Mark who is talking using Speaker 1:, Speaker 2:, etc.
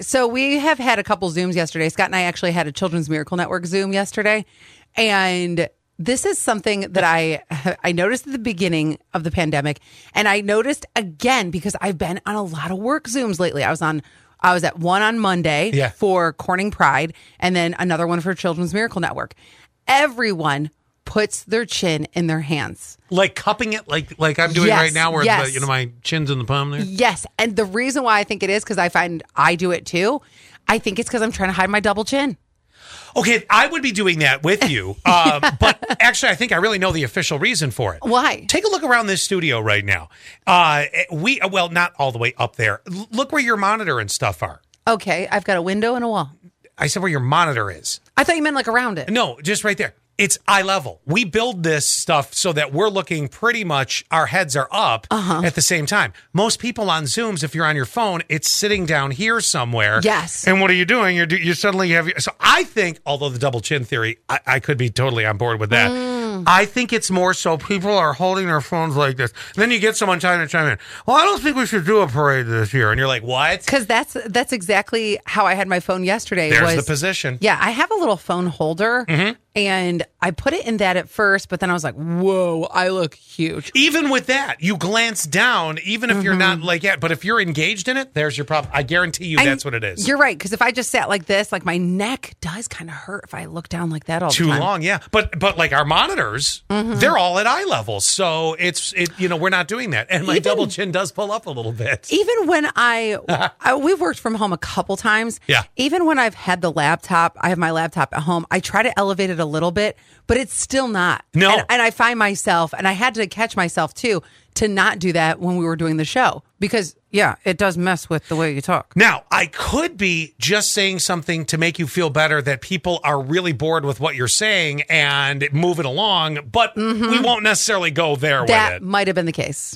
Speaker 1: So we have had a couple Zooms yesterday. Scott and I actually had a Children's Miracle Network Zoom yesterday. And this is something that I I noticed at the beginning of the pandemic and I noticed again because I've been on a lot of work Zooms lately. I was on I was at one on Monday
Speaker 2: Yeah.
Speaker 1: for Corning Pride and then another one for Children's Miracle Network. Everyone puts their chin in their hands.
Speaker 2: Like cupping it, like like I'm doing
Speaker 1: Yes,
Speaker 2: right now, where
Speaker 1: yes.
Speaker 2: the, you know my chin's in the palm there.
Speaker 1: Yes. And the reason why I think it is because I find I do it too. I think it's because I'm trying to hide my double chin.
Speaker 2: Okay, I would be doing that with you, um, but actually, I think I really know the official reason for it.
Speaker 1: Why?
Speaker 2: Take a look around this studio right now. Uh, we well, not all the way up there. L- look where your monitor and stuff are.
Speaker 1: Okay. I've got a window and a wall.
Speaker 2: I said where your monitor is.
Speaker 1: I thought you meant like around it.
Speaker 2: No, just right there. It's eye level. We build this stuff so that we're looking pretty much, our heads are up
Speaker 1: Uh-huh.
Speaker 2: at the same time. Most people on Zooms, if you're on your phone, it's sitting down here somewhere.
Speaker 1: Yes.
Speaker 2: And what are you doing? You're, do- you suddenly have. your- So I think, although the double chin theory, I, I could be totally on board with that.
Speaker 1: Mm.
Speaker 2: I think it's more so people are holding their phones like this. Then you get someone trying to chime in. Well, I don't think we should do a parade this year. And you're like, what?
Speaker 1: Because that's that's exactly how I had my phone yesterday.
Speaker 2: There's
Speaker 1: was,
Speaker 2: the Mm-hmm. position.
Speaker 1: Yeah, I have a little phone holder, and I put it in that at first, but then I was like, "Whoa, I look huge."
Speaker 2: even with that, you glance down, even if you're
Speaker 1: Mm-hmm.
Speaker 2: not like that. But if you're engaged in it, there's your problem. I guarantee you,
Speaker 1: And
Speaker 2: that's what it is.
Speaker 1: You're right. Because if I just sat like this, like my neck does kind of hurt if I look down like that all
Speaker 2: Too
Speaker 1: the time.
Speaker 2: long, yeah. But but like our monitors,
Speaker 1: Mm-hmm.
Speaker 2: they're all at eye level, so it's it. You know, we're not doing that, and my double chin does pull up a little bit.
Speaker 1: even when I, I we've worked from home a couple times.
Speaker 2: Yeah.
Speaker 1: Even when I've had the laptop, I have my laptop at home. I try to elevate it a little bit, but it's still not.
Speaker 2: No.
Speaker 1: And, and I find myself, and I had to catch myself too to not do that when we were doing the show because yeah, it does mess with the way you talk.
Speaker 2: Now, I could be just saying something to make you feel better that people are really bored with what you're saying and move it along, but we won't necessarily go there
Speaker 1: Mm-hmm. That
Speaker 2: with it.
Speaker 1: might have been the case.